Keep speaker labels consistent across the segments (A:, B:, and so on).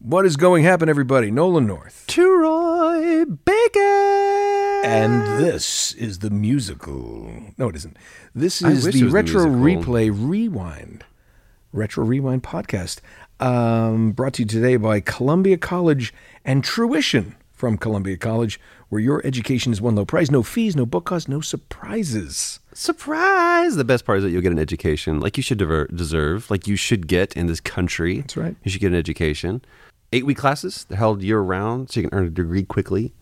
A: What is going happen, everybody? Nolan North.
B: Roy Baker.
A: And this is the musical. No, it isn't. This
B: I
A: is
B: wish
A: the
B: it was the
A: Retro
B: musical.
A: Replay Rewind. Retro Rewind podcast. Um, brought to you today by Columbia College and Truition from Columbia College, where your education is one low price. No fees, no book costs, no surprises.
B: Surprise! The best part is that you'll get an education like you should dever- deserve, like you should get in this country.
A: That's right.
B: You should get an education. Eight week classes, they're held year round, so you can earn a degree quickly.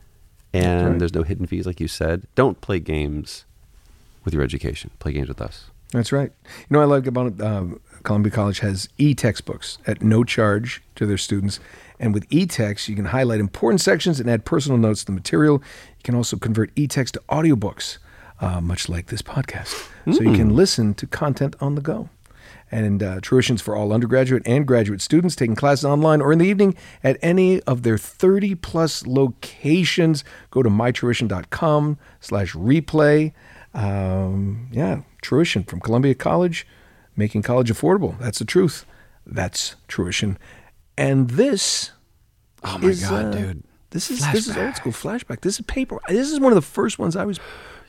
B: And there's no hidden fees, like you said. Don't play games with your education, play games with us.
A: That's right. You know, what I like about it, uh, Columbia College has e-textbooks at no charge to their students, and with e-text, you can highlight important sections and add personal notes to the material. You can also convert e-text to audiobooks, uh, much like this podcast, so you can listen to content on the go. And uh, tuitions for all undergraduate and graduate students taking classes online or in the evening at any of their 30 plus locations. Go to mytuition.com slash replay um, yeah, tuition from Columbia College, making college affordable. That's the truth. That's tuition. And this, oh my
B: God, dude.
A: this is this is old school flashback. This is paper. This is one of the first ones I was.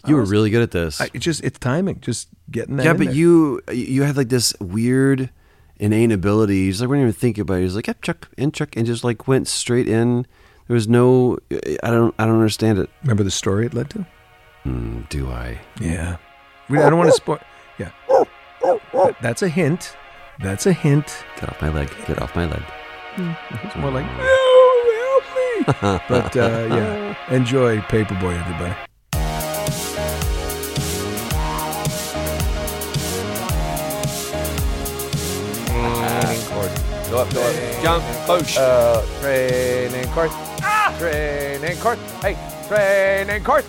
B: You were really good at this.
A: I, it's just it's timing, just getting that.
B: yeah,
A: in
B: but
A: there.
B: you you had like this weird inane ability. You just like weren't even thinking about it. He's like, yep, chuck, in, chuck, and just like went straight in. There was no, I don't, I don't understand it.
A: remember the story it led to.
B: Mm, do I?
A: Yeah, we, I don't want to spoil. Yeah, Th- that's a hint. That's a hint.
B: Get off my leg. Get off my leg.
A: It's more like no, help me. but uh, yeah, enjoy Paperboy, everybody.
C: Go up, go up. Jump, push. Uh, train and course. Ah! Train and course. Hey, train and course.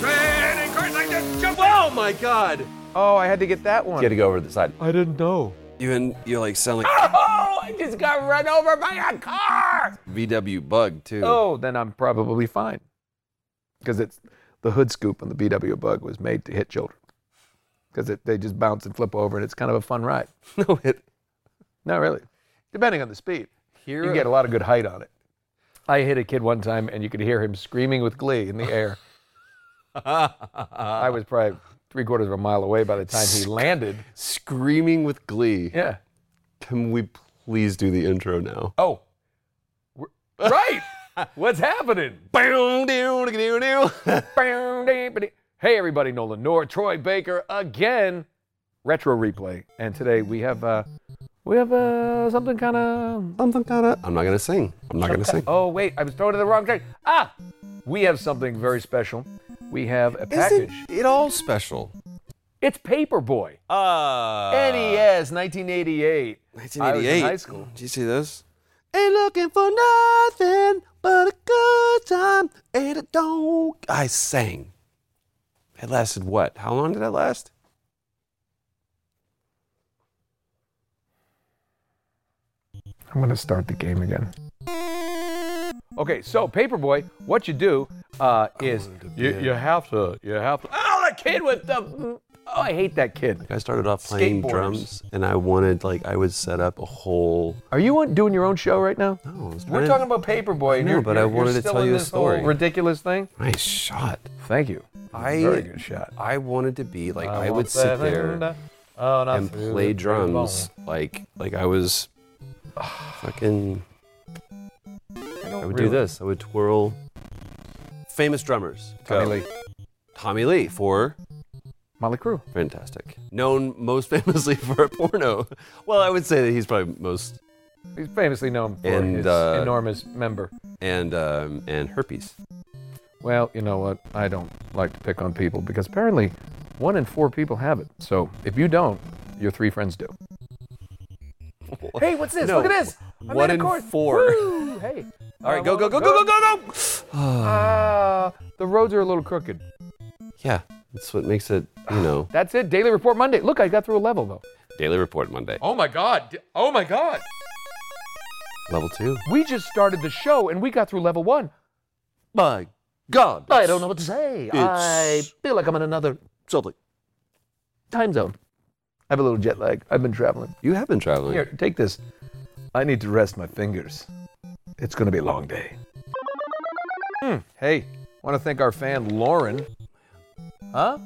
C: Train and course. I just jump. Oh my god. Oh, I had to get that one.
B: You had to go over to the side.
C: I didn't know.
B: You and you like sound like
C: Oh, I just got run over by a car.
B: VW bug too.
C: Oh, then I'm probably fine. Because it's the hood scoop on the BW Bug was made to hit children. Because they just bounce and flip over, and it's kind of a fun ride.
B: no, it.
C: Not really. Depending on the speed.
B: Here,
C: you get a lot of good height on it. I hit a kid one time, and you could hear him screaming with glee in the air. I was probably three quarters of a mile away by the time he landed.
B: screaming with glee.
C: Yeah.
B: Can we please do the intro now?
C: Oh. We're- right. What's happening? Bam, dee, ba, dee. Hey, everybody, Nolan North, Troy Baker again. Retro replay, and today we have uh, we have uh, something kind of
B: Something kinda. I'm not gonna sing. I'm not gonna sing.
C: Oh wait, I was thrown to the wrong track. Ah, we have something very special. We have a package.
B: it all special?
C: It's Paperboy. E
B: Uh,
C: NES 1988. I was in high school.
B: Did you see this? Ain't looking for nothing but a good time. Ain't it don't. I sang. It lasted what? How long did it last?
C: I'm gonna start the game again. Okay, so Paperboy, what you do uh, is you, you have to you have to. Oh, the kid with the. Oh, I hate that kid.
B: I started off playing
C: Skateboarders.
B: drums, and I wanted like I would set up a whole.
C: Are you on- doing your own show right now?
B: No, I was
C: We're
B: trying-
C: talking about Paperboy. and
B: know,
C: you're,
B: but I
C: you're,
B: wanted
C: you're
B: to
C: still
B: tell
C: in
B: you a
C: this whole
B: story.
C: ridiculous thing.
B: Nice shot.
C: Thank you.
B: I
C: Very good shot.
B: I wanted to be like I, would sit there and play drums like like I was ah, fucking. I would do this. I would twirl. Famous drummers.
C: Tommy
B: Go.
C: Lee,
B: Tommy Lee for
C: Molly Crew.
B: fantastic. Known most famously for a porno. Well, I would say that he's probably most
C: He's famously known for
B: And,
C: his
B: uh,
C: enormous member.
B: and um, and herpes.
C: Well, you know what? I don't like to pick on people because apparently one in four people have it. So if you don't, your three friends do. Hey, what's this?
B: No.
C: Look at this. I
B: One
C: made a
B: in
C: chord.
B: four.
C: Woo! Hey.
B: All right, go go go go go go go.
C: Ah, the roads are a little crooked.
B: Yeah, that's what makes it. You know,
C: That's it. Daily report Monday. Look, I got through a level though.
B: daily report Monday.
C: Oh my God. Oh my God.
B: Level two.
C: We just started the show and we got through level one.
B: My God.
C: I don't know what to say. I
B: It's-
C: feel like I'm in another
B: Something.
C: time zone. I have a little jet lag. I've been traveling.
B: You have been traveling.
C: Here, take this. I need to rest my fingers.
A: It's going to be a long day.
C: Hmm. Hey, want to thank our fan Lauren. Huh?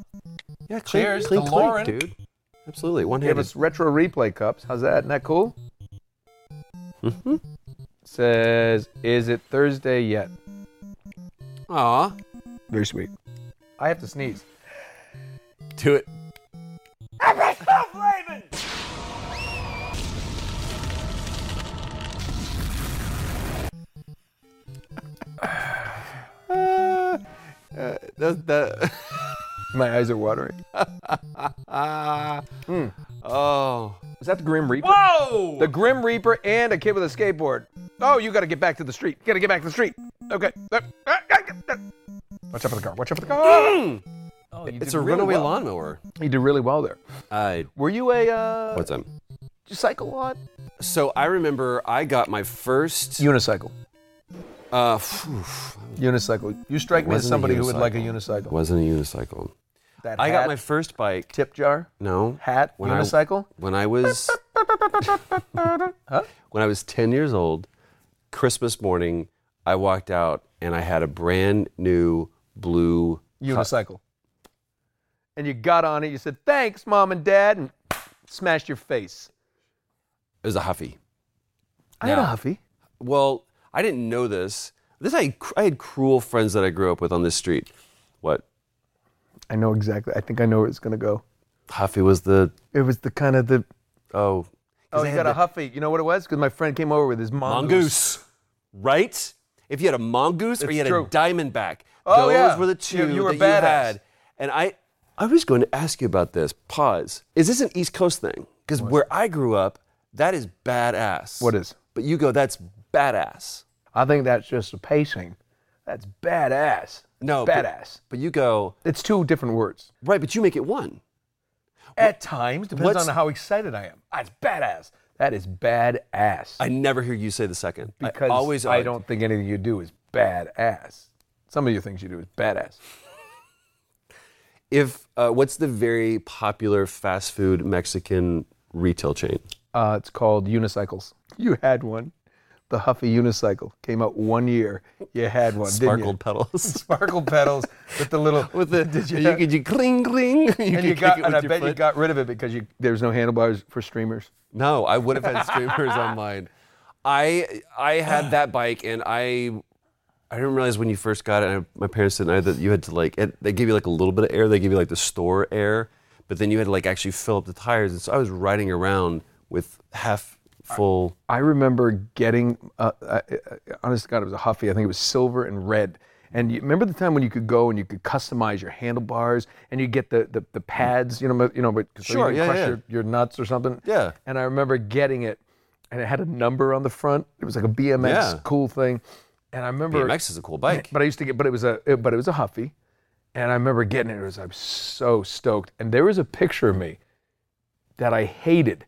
B: Yeah,
C: Cheers to Lauren.
B: dude. Absolutely, one
C: Gave
B: handed.
C: us retro replay cups. How's that? Isn't that cool?
B: Mhm.
C: Says, is it Thursday yet?
B: Aw,
A: Very sweet.
C: I have to sneeze.
B: do it. That, that,
A: My eyes are watering.
B: ah, oh,
A: Is that the Grim Reaper?
B: whoa!
C: The Grim Reaper and a kid with a skateboard. Oh, you got to get back to the street. Got to get back to the street. Okay. Uh, uh, uh, uh. Watch out for the car. Watch out for the car.
B: oh, it's a
C: really
B: runaway
C: well.
B: lawnmower.
C: You did really well there.
B: I
C: Were you a uh,
B: what's up?
C: cycle lot?
B: So I remember I got my first.
C: Unicycle.
B: Uh, phew,
C: Unicycle. You strike me as
B: Wasn't a
C: somebody who would like a
B: it
C: unicycle.
B: wasn't a unicycle.
C: That
B: I
C: hat,
B: got my first bike.
C: tip jar,
B: No
C: hat,
B: When I-
C: unicycle.
B: when I was when I was 10 years old, Christmas morning, I walked out and I had a brand new blue
C: unicycle. And you got on it. You said, "Thanks, mom and dad," and smashed your face.
B: it was a Huffy.
C: I had a
B: Now-
C: huffy.
B: Well, I didn't know this. This I I had cruel friends that I grew up with on this street. What?
A: I know exactly. I think I know where it's going to go.
B: Huffy was the
A: It was the kind of the
B: oh
C: Oh, you got a huffy. You know what it was? Because my friend came over with his mongoose.
B: mongoose, right? If you had a mongoose or you had
C: true.
B: a diamondback,
C: Oh,
B: those
C: yeah.
B: were the
C: You-
B: two
C: you
B: that
C: were
B: you
C: badass.
B: had. And I, I was going to ask you about this. Pause. Is this an East Coast thing? Because where I grew up, that is badass.
C: What is?
B: But you go, that's badass.
C: I think that's just the pacing. That's badass.
B: No, but-
C: badass.
B: But you go
C: It's two different words.
B: right, but you make it one.
C: At times, depends
B: what's-
C: on how excited I am. That's badass. That is badass.
B: I never hear you say the second.
C: because
B: I always
C: I don't think anything you do is badass. Some of your things you do is badass.
B: If uh, what's the very popular fast food Mexican retail chain?
C: Uh, it's called unicycles. You had one. The Huffy unicycle came out one year. You had one.
B: Sparkled
C: Didn't you?
B: pedals.
C: Sparkle pedals with the little
B: With the
C: Did you
B: you, could you cling cling. You
C: and you
B: could kick
C: got
B: it
C: and
B: with
C: I
B: your
C: bet you
B: foot.
C: got rid of it because you there's no handlebars for streamers.
B: No, I would have had streamers on mine. I I had that bike and I I didn't realize when you first got it. And my parents didn't either. That you had to like it, they gave you like a little bit of air. They gave you like the store air, but then you had to like actually fill up the tires. And so I was riding around with half full.
C: I remember getting, uh, I, I, honest to God, it was a Huffy. I think it was silver and red. And you, remember the time when you could go and you could customize your handlebars and you get the, the, the pads, you know, mo- you know, but so
B: Sure,
C: you
B: yeah,
C: crush
B: yeah.
C: Your, your nuts or something.
B: Yeah.
C: And I remember getting it, and it had a number on the front. It was like a BMX
B: Yeah.
C: cool thing. And I remember,
B: BMX is a cool bike.
C: but I used to get, but it was a, it- but it was a Huffy, and I remember getting it. It was I'm so stoked, and there was a picture of me that I hated,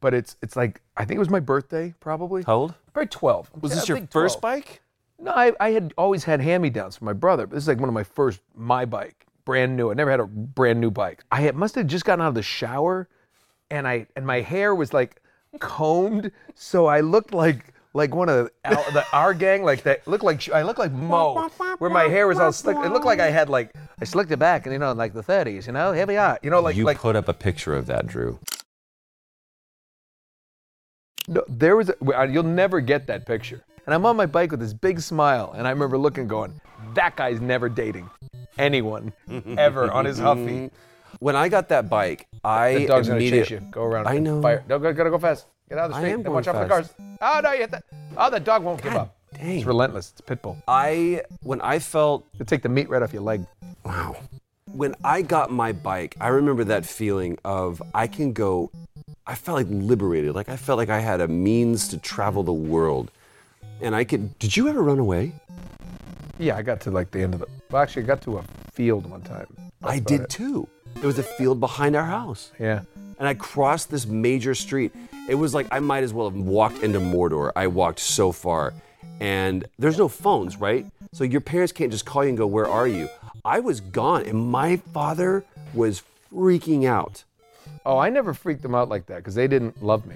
C: but it's it's like I think it was my birthday probably,
B: How old?
C: probably twelve.
B: Was
C: Yeah,
B: this
C: I
B: your
C: think
B: first
C: 12.
B: bike?
C: No, I, I had always had hand me downs from my brother, but this is like one of my first my bike, brand new. I never had a brand new bike. I had, must have just gotten out of the shower, and I and my hair was like combed, so I looked like like one of the, Al- the our gang, like that looked like I looked like Mo, where my hair was all slick. It looked like I had like I slicked it back, and you know, like the '30s, you know, heavy eye, you know, like
B: you
C: like
B: put up a picture of that, Drew.
C: No, there was. A, you'll never get that picture. And I'm on my bike with this big smile, and I remember looking, going, "That guy's never dating anyone ever on his huffy."
B: When I got that bike, I
C: The dog's gonna
B: immediate-
C: chase you. Go around.
B: I
C: and
B: know.
C: Fire. No, gotta, gotta go fast. Get out of the
B: I
C: street.
B: am
C: and watch
B: going
C: out for the cars. Oh no, you hit that. Oh, the dog won't give
B: God
C: up.
B: dang.
C: It's relentless. It's pit bull.
B: I when I felt
C: It'll take the meat right off your leg.
B: Wow. When I got my bike, I remember that feeling of I can go. I felt like liberated. Like I felt like I had a means to travel the world, and I could. Did you ever run away?
C: Yeah, I got to like the end of the. Well, actually, I got to a field one time. That's
B: I
C: about
B: did
C: it.
B: too. There was a field behind our house,
C: Yeah.
B: and I crossed this major street. It was like I might as well have walked into Mordor. I walked so far, and there's no phones, right? So your parents can't just call you and go, "Where are you?" I was gone, and my father was freaking out.
C: Oh, I never freaked them out like that because they didn't love me.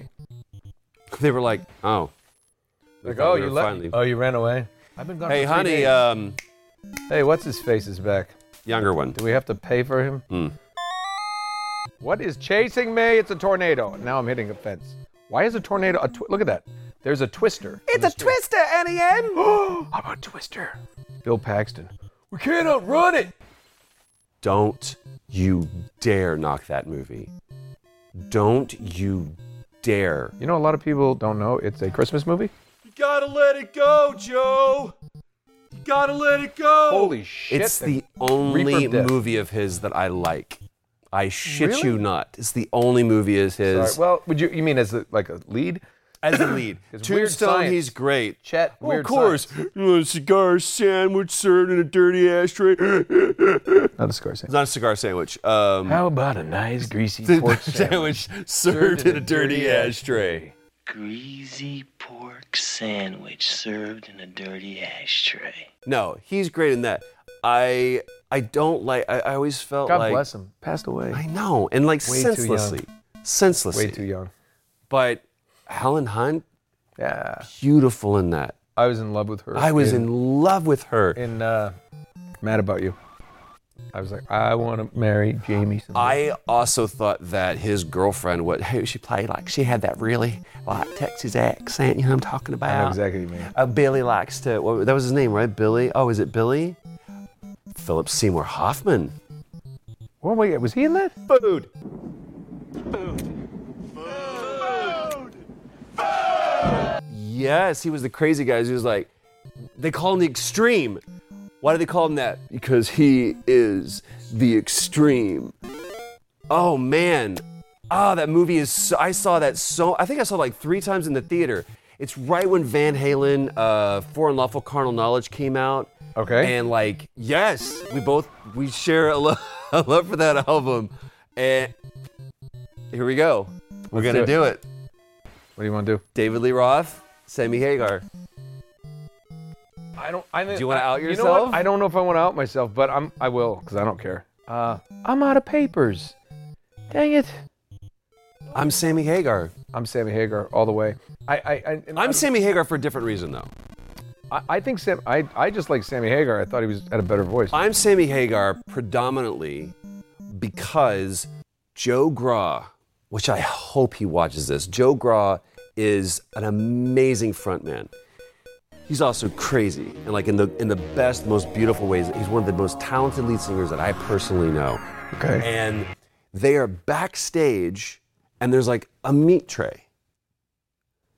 B: They were like, oh, We
C: Like,
B: thought
C: oh,
B: we
C: you
B: were
C: left.
B: finally-
C: Oh, you ran away. I've been gone.
B: Hey,
C: for three
B: honey,
C: days.
B: um,
C: hey, what's his face is back.
B: younger one.
C: Do we have to pay for him?
B: Hmm.
C: What is chasing me? It's a tornado. Now I'm hitting a fence. Why is a tornado? A twi- look at that. There's a twister. It's a twister, NEM. How about twister? Bill Paxton. We cannot run it.
B: Don't you dare knock that movie. Don't you dare.
C: You know, a lot of people don't know it's a Christmas movie.
B: You gotta let it go, Joe. You gotta let it go.
C: Holy shit!
B: It's the only
C: Reaper Death.
B: movie of his that I like. I shit
C: Really?
B: you not. It's the only movie is
C: All
B: his
C: right, well, would you? You mean as a, like a lead?
B: as a lead.
C: It's weird
B: Tombstone,
C: science.
B: he's great.
C: Chet,
B: Well,
C: weird
B: of course.
C: science.
B: You want a cigar sandwich served in a dirty ashtray. it's
C: Not a Scorsese.
B: not a cigar sandwich. Um,
C: How about a nice greasy
B: the
C: pork sandwich?
B: sandwich served in a dirty ashtray.
D: Greasy pork sandwich served in a dirty ashtray.
B: No, he's great in that. I I don't like. I, I always felt
C: God
B: like
C: bless him. Passed away.
B: I know, and like
C: Way too young.
B: senselessly, senselessly.
C: Way too young.
B: But Helen Hunt,
C: Yeah.
B: beautiful in that.
C: I was in love with her.
B: I was in love with her.
C: in uh, Mad About You. I was like, I want to marry Jamie. someday.
B: I also thought that his girlfriend, what who she played, like she had that really like Texas accent. You know what I'm talking about?
C: I know exactly what you mean.
B: Uh, Billy likes to. What, that was his name, right? Billy. Oh, is it Billy? Philip Seymour Hoffman.
C: Well, wait, was he in that?
B: Food. Yes, he was the crazy guy. He was like, they call him the extreme. Why do they call him that? Because he is the extreme. Oh man. Ah, that movie is. So, I saw that so. I think I saw it like three times in the theater. It's right when Van Halen, uh, "For Unlawful Carnal Knowledge" came out.
C: Okay.
B: And like, yes, we both we share a, lo- a love for that album. And here we go. We're
C: Let's
B: gonna
C: do
B: do it.
C: What do you want to do?
B: David Lee Roth, Sammy Hagar.
C: I don't. I
B: Do you wanna out
C: You know
B: yourself?
C: what? I don't know if I want to out myself, but I'm. I will, because I don't care. Uh, I'm out of papers. Dang it.
B: I'm Sammy Hagar.
C: I'm Sammy Hagar all the way. I. I. I and I
B: I'm
C: don't-
B: Sammy Hagar for a different reason though.
C: I, I think Sam. I. I just like Sammy Hagar. I thought he was had a better voice.
B: I'm Sammy Hagar predominantly because Joe Gra, which I hope he watches this, Joe Gra is an amazing frontman. He's also crazy, and like in the in the best, most beautiful ways. He's one of the most talented lead singers that I personally know.
C: Okay.
B: And they are backstage, and there's like a meat tray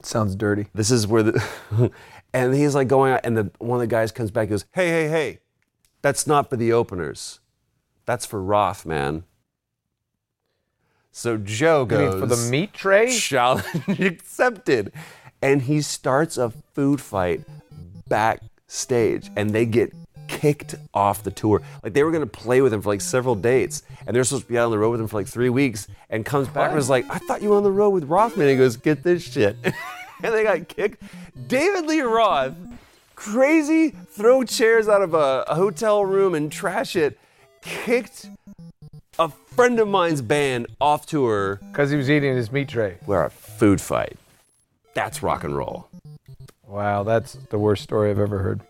C: Sounds dirty.
B: this is where the and he's like going out and the one of the guys comes back and goes hey hey hey that's not for the openers that's for roth man so joe
C: You
B: goes
C: mean for the meat tray?
B: challenge accepted and he starts a food fight backstage and they get kicked off the tour like they were going to play with him for like several dates and they're supposed to be out on the road with him for like three weeks and comes back and is like i thought you were on the road with rothman and he goes get this shit and they got kicked david lee roth crazy throw chairs out of a, a hotel room and trash it kicked a friend of mine's band off tour
C: Because he was eating his meat tray.
B: we're a food fight. That's rock and roll.
C: Wow, that's the worst story I've ever heard.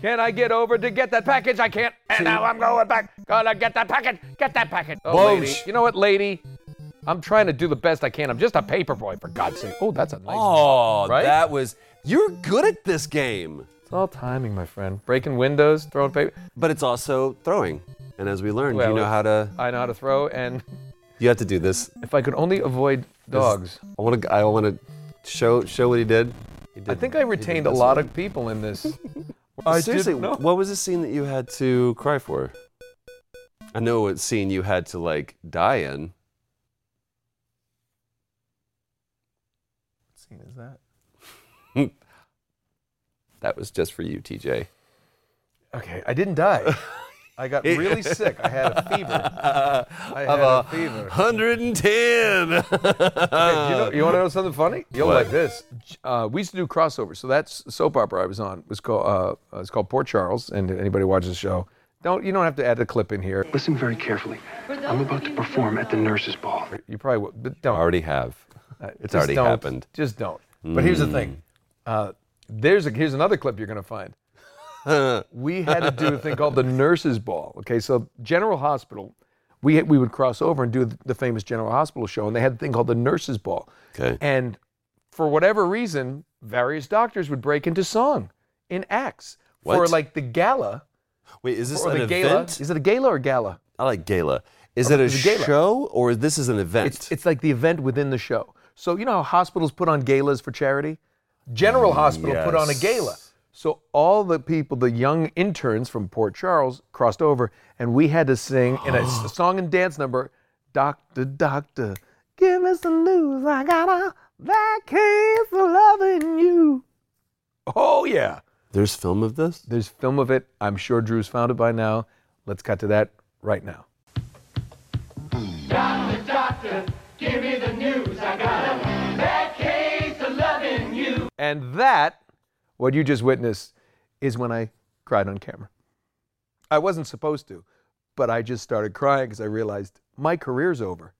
C: Can I get over to get that package? I can't. And now I'm going back. Gonna get that package. Get that package. Oh,
B: Whoa,
C: lady.
B: sh-
C: You know what, lady? I'm trying to do the best I can. I'm just a paper boy, for God's sake. Oh, that's a nice.
B: Oh,
C: Right?
B: that was you're good at this game,
C: It's all timing, my friend. Breaking windows, throwing paper.
B: but it's also throwing. And as we learned,
C: Well,
B: you know
C: it's-
B: how to.
C: I know how to throw, and
B: You have to do this.
C: if I could only avoid dogs.
B: I want to. I want to show show what he did. He did
C: I think I
B: he did
C: retained a
B: this
C: lot
B: one.
C: of people in this.
B: Seriously, what was the scene that you had to cry for? I know what scene you had to like die in.
C: What scene is that?
B: That was just for you, TJ.
C: Okay, I didn't die. I got really sick. I had a fever. I had a fever.
B: 110.
C: Hey, you, know, you want to know something funny? You'll
B: What?
C: like this. Uh, we used to do crossovers. So that's soap opera I was on was called uh, uh, it's called Port Charles. And anybody watches the show, don't you don't have to add the clip in here.
E: Listen very carefully. I'm about to perform at the nurse's ball.
C: You probably would, but don't.
B: already have.
C: Uh,
B: It's
C: just
B: already
C: don't-
B: happened.
C: Just don't. But here's the thing. Uh, there's a, here's another clip you're going to find. we had to do a thing called the nurses' ball. Okay, so General Hospital, we we would cross over and do the famous General Hospital show, and they had a thing called the nurses' ball.
B: Okay.
C: And for whatever reason, various doctors would break into song in acts for
B: What?
C: like the gala
B: Wait, is this
C: or
B: an
C: the gala.
B: event?
C: Is it a gala or gala?
B: I like gala. Is it a
C: it's a gala.
B: show or this is an event?
C: It's it's like the event within the show. So you know how hospitals put on galas for charity? General Hospital put on a gala. So all the people, the young interns from Port Charles, crossed over, and we had to sing in a s- song and dance number, "Doctor, Doctor, give us the news. I got a bad case of loving you." Oh yeah.
B: There's film of this?
C: There's film of it. I'm sure Drew's found it by now. Let's cut to that right now. Doctor, doctor, give me the news. I got a bad case of loving you. And that, what you just witnessed, is when I cried on camera. I wasn't supposed to, but I just started crying because I realized my career's over.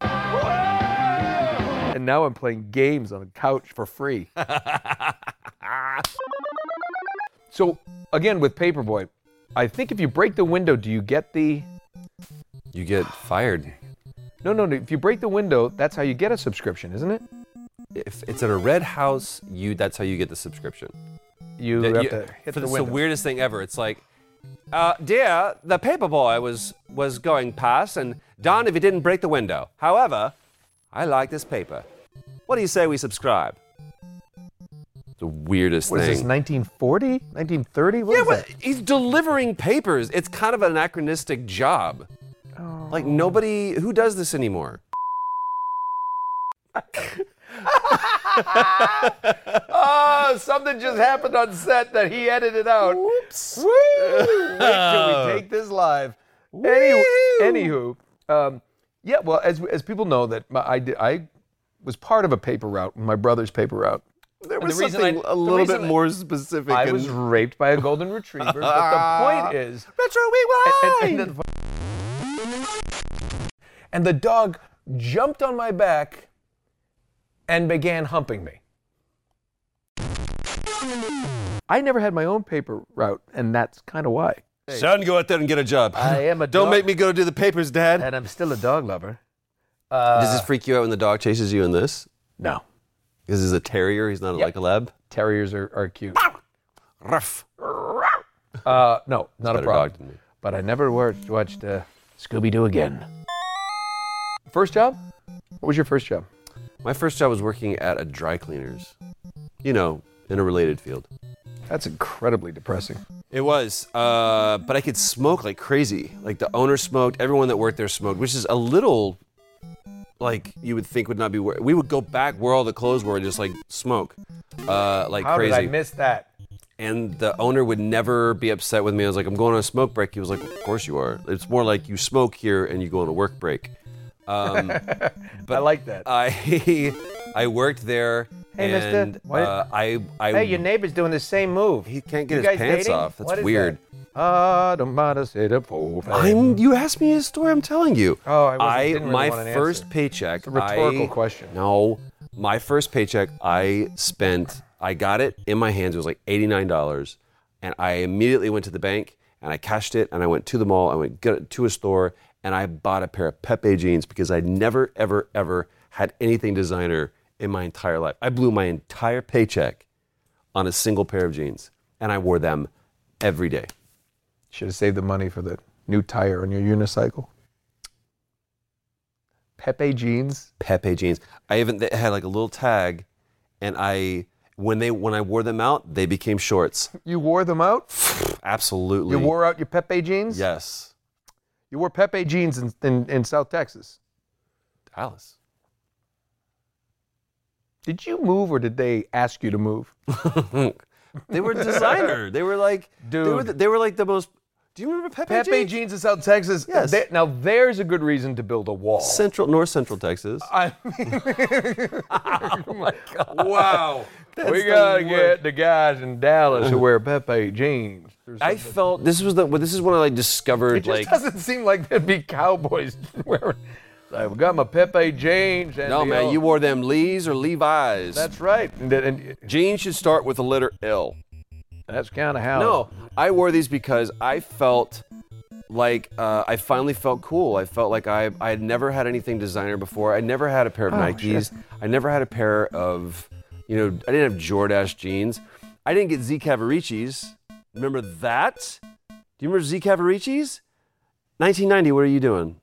C: And now I'm playing games on a couch for free. So again, with Paperboy, I think if you break the window, do you get the?
B: You get fired.
C: No, no, no. If you break the window, that's how you get a subscription, isn't it?
B: If it's at a red house, you that's how you get the subscription.
C: You
B: Yeah,
C: have
B: you-
C: to hit
B: for-
C: the
B: it's
C: window.
B: the weirdest thing ever. It's like, uh, dear, the paper boy was was going past and darn if he didn't break the window. However, I like this paper. What do you say we subscribe? The weirdest
C: What is
B: thing.
C: this? 1940? 1930? What
B: yeah,
C: is
B: what,
C: that?
B: he's delivering papers. It's kind of an anachronistic job. Like nobody who does this anymore.
C: Oh, something just happened on set that he edited out. Whoops. Woo! Wait till we take this live. Any, anywho, um, yeah. Well, as as people know that my, I did, I was part of a paper route, my brother's paper route.
B: There
C: was something a little bit
B: more specific.
C: I was raped by a golden retriever. but the point is,
B: retro
C: and, and, and, the- and the dog jumped on my back and began humping me. I never had my own paper route, and that's kind of why.
B: Son, go out there and get a job.
C: I am a
B: Don't
C: dog-
B: make me go do the papers, Dad.
C: And I'm still a dog lover. Uh,
B: Does this freak you out when the dog chases you in this?
C: No,
B: Because he's a terrier. He's not like a lab.
C: terriers are, are cute.
B: Ruff.
C: Uh, no, not a
B: Better
C: problem.
B: dog than me.
C: But I never wor- watched uh, Scooby Doo again. First job? What was your first job?
B: My first job was working at a dry cleaners. You know, in a related field.
C: That's incredibly depressing.
B: It was, uh, but I could smoke like crazy. Like the owner smoked, everyone that worked there smoked, which is a little like you would think would not be. Where, we would go back where all the clothes were and just like smoke, uh, like
C: How
B: crazy.
C: did I miss that?
B: and the owner would never be upset with me. I was like, I'm going on a smoke break. He was like, Of course you are. It's more like you smoke here and you go on a work break. Um, but
C: I like that.
B: I I worked there.
C: Hey, mister,
B: and,
C: why-
B: Uh, I I
C: Hey, your neighbor's doing the same move.
B: he can't get
C: You
B: his
C: guys
B: pants
C: dating?
B: off. That's
C: What is
B: weird.
C: that? I don't mind a sit up for fame.
B: I'm, you asked me a story. I'm telling you.
C: Oh, I wasn't- didn't really
B: my
C: want an
B: first
C: answer.
B: paycheck. It's
C: a rhetorical question.
B: No, my first paycheck. I spent. I got it in my hands. It was like eighty nine dollars, and I immediately went to the bank and I cashed it. And I went to the mall. I went get- to a store and I bought a pair of Pepe jeans because I never, ever, ever had anything designer in my entire life. I blew my entire paycheck on a single pair of jeans, and I wore them every day.
C: Should have saved the money for the new tire on your unicycle. Pepe jeans.
B: Pepe jeans. I even they had like a little tag, and I when they when I wore them out, they became shorts.
C: You wore them out?
B: Absolutely.
C: You wore out your Pepe jeans?
B: yes,
C: You wore Pepe jeans in, in, in South Texas.
B: Dallas.
C: Did you move or did they ask you to move?
B: they were designer. they were like They were,
C: Dude.
B: the- they were like the most. Do you remember Pepe,
C: Pepe
B: jeans?
C: jeans in South Texas?
B: Yes.
C: They- now, there's a good reason to build a wall.
B: Central North Central Texas.
C: I
B: wow.
C: we gotta get the guys in Dallas who wear Pepe jeans.
B: I felt this was the this is when I like discovered
C: It just
B: like
C: doesn't seem like there'd be cowboys wearing. I've got my Pepe jeans. And
B: No,
C: the
B: man,
C: old-
B: you wore them Lees or Levi's.
C: That's right. And, that- and
B: Jeans should start with the letter L.
C: that's kind of how.
B: No, I wore these because I felt like uh, I finally felt cool. I felt like I I had never had anything designer before. I never had a pair of
C: Oh,
B: Nikes. I never had a pair of you know I didn't have Jordache jeans. I didn't get Z Cavaricci's. Remember that? Do you remember Z Cavaricci's? 1990. What are you doing?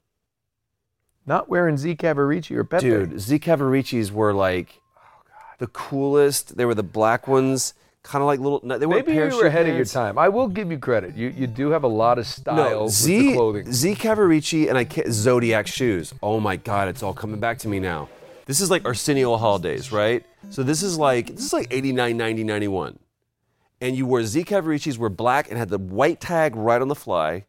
C: Not wearing Z Cavaricci or Pepe.
B: Dude, Z Cavaricci's were like
C: Oh,
B: the coolest. They were the black ones, kind of like little. no, They weren't
C: Maybe you were
B: parachute
C: ahead of your
B: pants.
C: time. I will give you credit. You you do have a lot of style
B: No,
C: with
B: Z
C: the clothing.
B: Z Cavaricci and I can't, Zodiac shoes. Oh my God, it's all coming back to me now. This is like Arsenio Hall days, right? So this is like this is like 89, 90, 91. And you wore Z Cavaricci's were black and had the white tag right on the fly.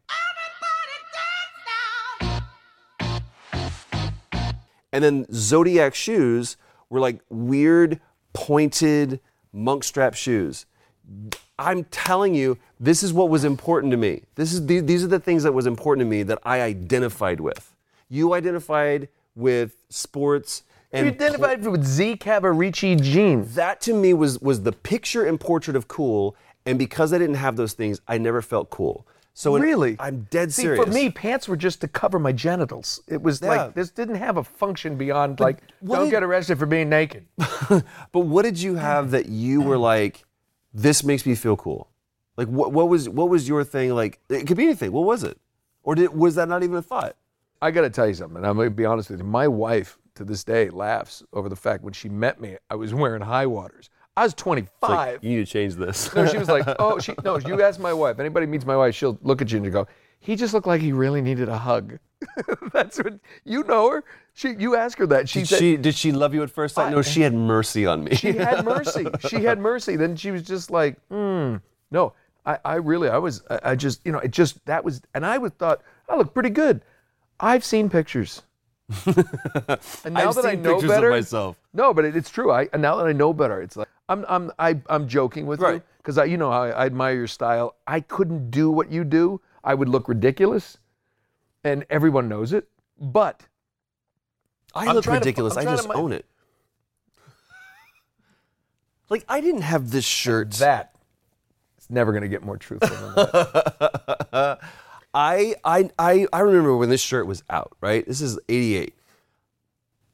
B: And then Zodiac shoes were like weird pointed monk strap shoes. I'm telling you, this is what was important to me. This is these, these are the things that was important to me that I identified with. You identified with sports and
C: you identified with Z Cavaricci jeans.
B: that to me was was the picture and portrait of cool. And because I didn't have those things, I never felt cool. So in-
C: really?
B: I'm dead
C: See,
B: serious.
C: For me, pants were just to cover my genitals. It was
B: Yeah.
C: like this didn't have a function beyond like
B: what
C: don't
B: did-
C: get arrested for being naked.
B: But what did you have that you were like, this makes me feel cool? Like what, what was what was your thing like? It could be anything. What was it? Or did, was that not even a thought?
C: I got to tell you something, and I'm going to be honest with you. My wife to this day laughs over the fact when she met me, I was wearing high waters. I was 25.
B: you need to change this.
C: no, she was like, oh, she no. You ask my wife. Anybody meets my wife, she'll look at you and go, he just looked like he really needed a hug. That's what you know her. She, you ask her that. She
B: Did
C: said,
B: she did she love you at first sight? No, she had mercy on me.
C: she had mercy. She had mercy. Then she was just like, hmm, no, I, I really, I was, I, I just, you know, it just, that was, and I would thought, I look pretty good. I've seen pictures. and now
B: I've
C: that I
B: seen
C: know
B: pictures
C: better,
B: of myself.
C: no, but it, it's true. I and now that I know better, it's like I'm I'm I, I'm joking with you
B: Right.
C: because I you know how I, I admire your style. I couldn't do what you do. I would look ridiculous, and everyone knows it. But
B: I
C: I'm
B: look
C: trying to-
B: ridiculous.
C: I'm
B: I
C: trying to
B: just
C: mi-
B: own it. Like I didn't have this shirt.
C: that it's never going to get more truthful than that.
B: I, I I I remember when this shirt was out, right? This is 88.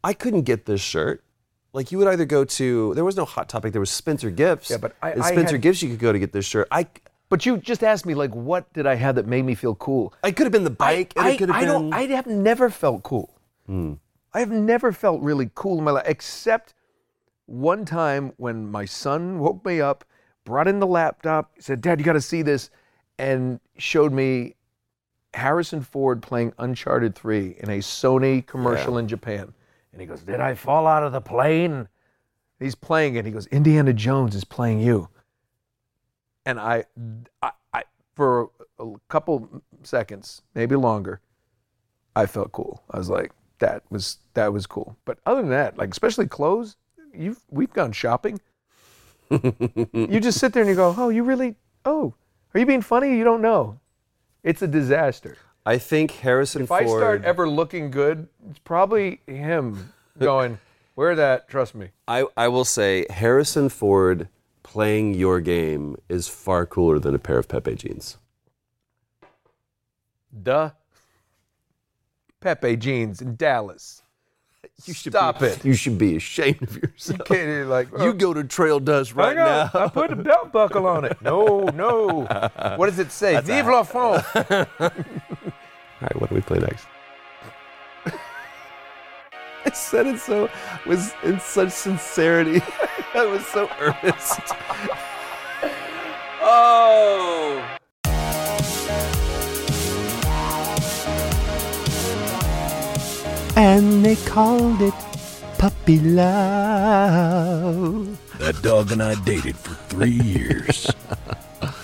B: I couldn't get this shirt. Like you would either go to there was no hot topic, there was Spencer Gifts.
C: Yeah, but I-
B: and
C: I
B: Spencer
C: had-
B: Gifts you could go to get this shirt. I
C: But you just asked me like, what did I have that made me feel cool?
B: I could have been the bike. and
C: I,
B: it could have
C: I
B: been Hmm.
C: don't. I have never felt cool. I have never felt really cool in my life, except one time when my son woke me up, brought in the laptop, said, "Dad, you got to see this," and showed me Harrison Ford playing Uncharted Three in a Sony commercial in Japan, and he goes, "Did I fall out of the plane?" He's playing it. He goes, "Indiana Jones is playing you," and I, I, I for a couple seconds, maybe longer, I felt cool. I was like, that was that was cool. But other than that, like especially clothes, you've we've gone shopping. you just sit there and you go, oh, you really? Oh, are you being funny? You don't know. It's a disaster.
B: I think Harrison
C: If
B: Ford
C: I start ever looking good, it's probably him going, wear that. Trust me.
B: I, I will say Harrison Ford playing your game is far cooler than a pair of Pepe jeans.
C: Duh. Pepe jeans in Dallas. You should Stop
B: be,
C: it.
B: You should be ashamed of
C: You
B: yourself.
C: can't you're like
B: You go to Trail Dust right
C: Hang on,
B: now.
C: I put a belt buckle on it. No, no. What does it say? Vive la France.
B: All right, what do we play next? I said it so was in such sincerity. I was so earnest. oh.
E: and they called it puppy love.
F: That dog and I dated for three years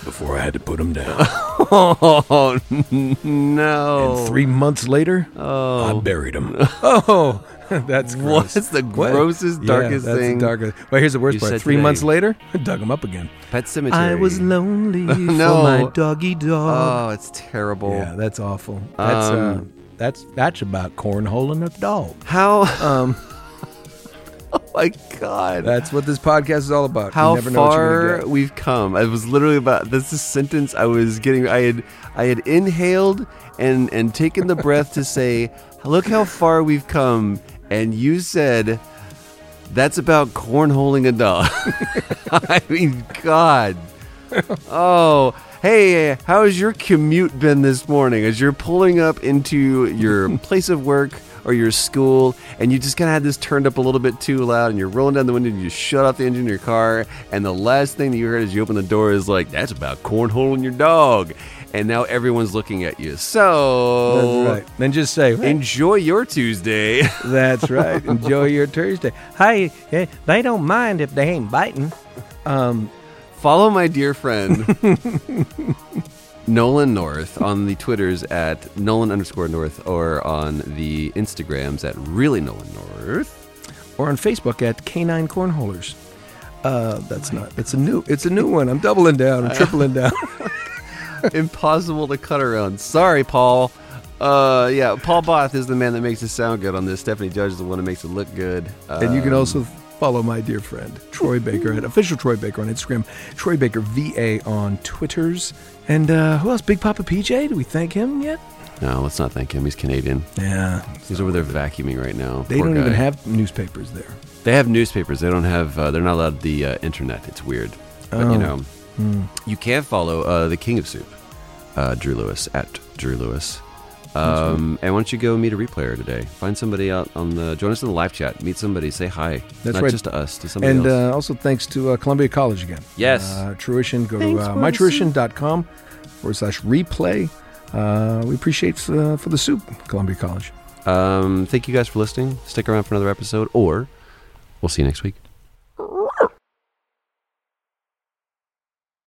F: before I had to put him down.
B: Oh no.
A: And three months later,
F: I buried him.
A: oh, that's gross.
B: What's the
A: What?
B: grossest,
A: Yeah,
B: darkest
A: that's the
B: thing?
A: darkest. Well, here's the worst
B: you
A: part.
B: said
A: Three
B: today?
A: months later, dug him up again.
B: Pet Cemetery.
E: I was lonely
B: No.
E: for my doggy dog.
B: Oh, it's terrible.
A: Yeah, that's awful. That's uh,
B: Um,
A: that's that's about cornholing a dog.
B: How?
A: Um,
B: Oh my god.
A: that's what this podcast is all about. you
B: how
A: never know what you're gonna
B: far
A: get.
B: we've come. I was literally about this is sentence I was getting I had I had inhaled and and taken the breath to say, "Look how far we've come." And you said that's about cornholing a dog. I mean, god. Oh, hey, how's your commute been this morning as you're pulling up into your place of work or your school and you just kind of had this turned up a little bit too loud and you're rolling down the window and you shut off the engine of your car and the last thing that you heard as you open the door is like, that's about cornholing your dog. And now everyone's looking at you. So
A: That's right. Then just say, "Hey,
B: enjoy your Tuesday.
A: That's right. Enjoy your Thursday. Hey, eh, they don't mind if they ain't biting.
B: Follow my dear friend Nolan North on the Twitters at Nolan underscore North or on the Instagrams at really Nolan North.
A: Or on Facebook at Canine Cornholers. Uh, that's not. It's a new. It's a new one. I'm doubling down. I'm tripling down.
B: Impossible to cut around. Sorry, Paul. Uh, yeah, Paul Both is the man that makes it sound good on this. Stephanie Judge is the one that makes it look good. Uh,
A: and you can also follow my dear friend Troy Baker at official Troy Baker on Instagram, Troy Baker VA on Twitters, and uh, who else? Big Papa PJ. Do we thank him yet?
B: no, let's not thank him. He's Canadian.
A: Yeah.
B: He's over there vacuuming right now.
A: They
B: Poor
A: don't even
B: guy.
A: have newspapers there.
B: They have newspapers. They don't have. Uh, they're not allowed the uh, internet. It's weird. But
A: Oh.
B: you know, you can follow uh, the King of Soup, uh, Drew Lewis at Drew Lewis. Um, and why don't you go meet a replayer today? Find somebody out on the. Join us in the live chat. Meet somebody. Say hi.
A: That's
B: not
A: right.
B: just to us. To somebody
A: And
B: else.
A: uh, also thanks to uh, Columbia College again.
B: Yes.
A: Uh, tuition. Go to uh, mytuition.com forward slash replay. Uh, we appreciate uh, for the soup, Columbia College.
B: Um, thank you guys for listening. Stick around for another episode, or we'll see you next week.